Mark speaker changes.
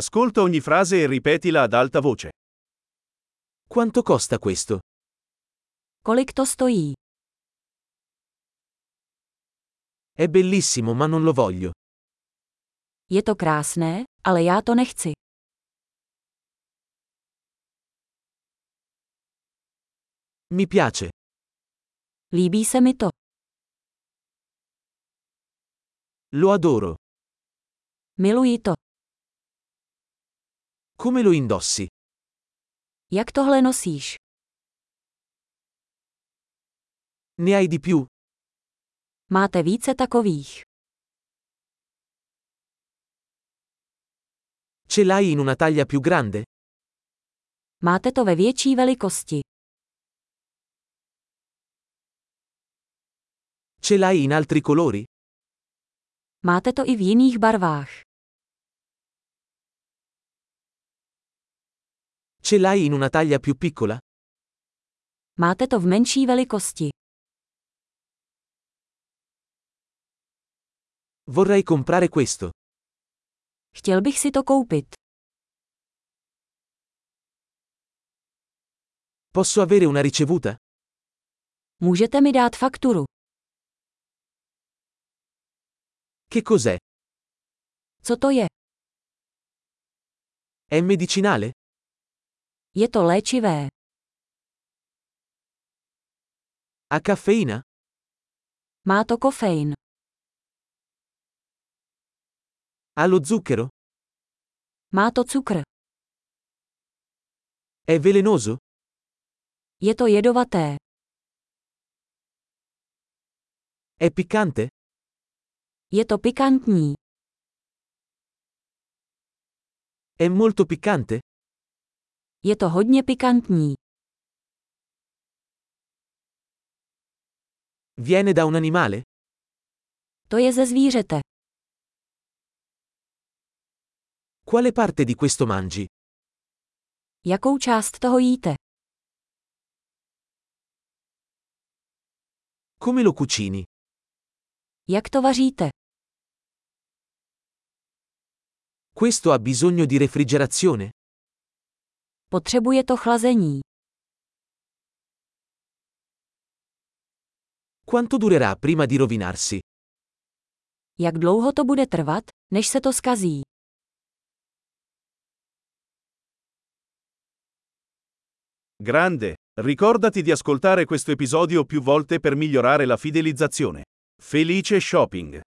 Speaker 1: Ascolta ogni frase e ripetila ad alta voce.
Speaker 2: Quanto costa questo?
Speaker 3: Kolik to stojí?
Speaker 2: È bellissimo ma non lo voglio.
Speaker 3: Je to krásné, ale já to nechci.
Speaker 2: Mi piace.
Speaker 3: Líbí se mi to.
Speaker 2: Lo adoro.
Speaker 3: Miluji to.
Speaker 2: Come lo indossi?
Speaker 3: Jak tohle nosíš?
Speaker 2: Ne hai di più?
Speaker 3: Máte více takových.
Speaker 2: Ce l'hai in una taglia più grande?
Speaker 3: Máte to ve větší velikosti.
Speaker 2: Ce l'hai in altri colori?
Speaker 3: Máte to i v jiných barvách.
Speaker 2: Ce l'hai in una taglia più piccola?
Speaker 3: Máte to v menší velikosti.
Speaker 2: Vorrei comprare questo.
Speaker 3: Chtěl bych si to koupit.
Speaker 2: Posso avere una ricevuta?
Speaker 3: Můžete mi dát fakturu.
Speaker 2: Che cos'è?
Speaker 3: Co to je?
Speaker 2: È medicinale?
Speaker 3: Je to léčivé.
Speaker 2: Ha caffeina?
Speaker 3: Má to kofein.
Speaker 2: Ha lo zucchero?
Speaker 3: Má to cukr.
Speaker 2: È velenoso?
Speaker 3: Je to jedovaté.
Speaker 2: È piccante?
Speaker 3: Je to pikantní.
Speaker 2: È molto piccante?
Speaker 3: Je to hodně pikantní.
Speaker 2: Viene da un animale?
Speaker 3: To je ze zvířete.
Speaker 2: Quale parte di questo mangi?
Speaker 3: Jakou část toho jíte?
Speaker 2: Come lo cucini?
Speaker 3: Jak to vaříte?
Speaker 2: Questo ha bisogno di refrigerazione?
Speaker 3: Potřebuje to chlazení.
Speaker 2: Quanto durerà prima di rovinarsi?
Speaker 3: Jak dlouho to bude trvat, než se to skazí?
Speaker 1: Grande, ricordati di ascoltare questo episodio più volte per migliorare la fidelizzazione. Felice shopping!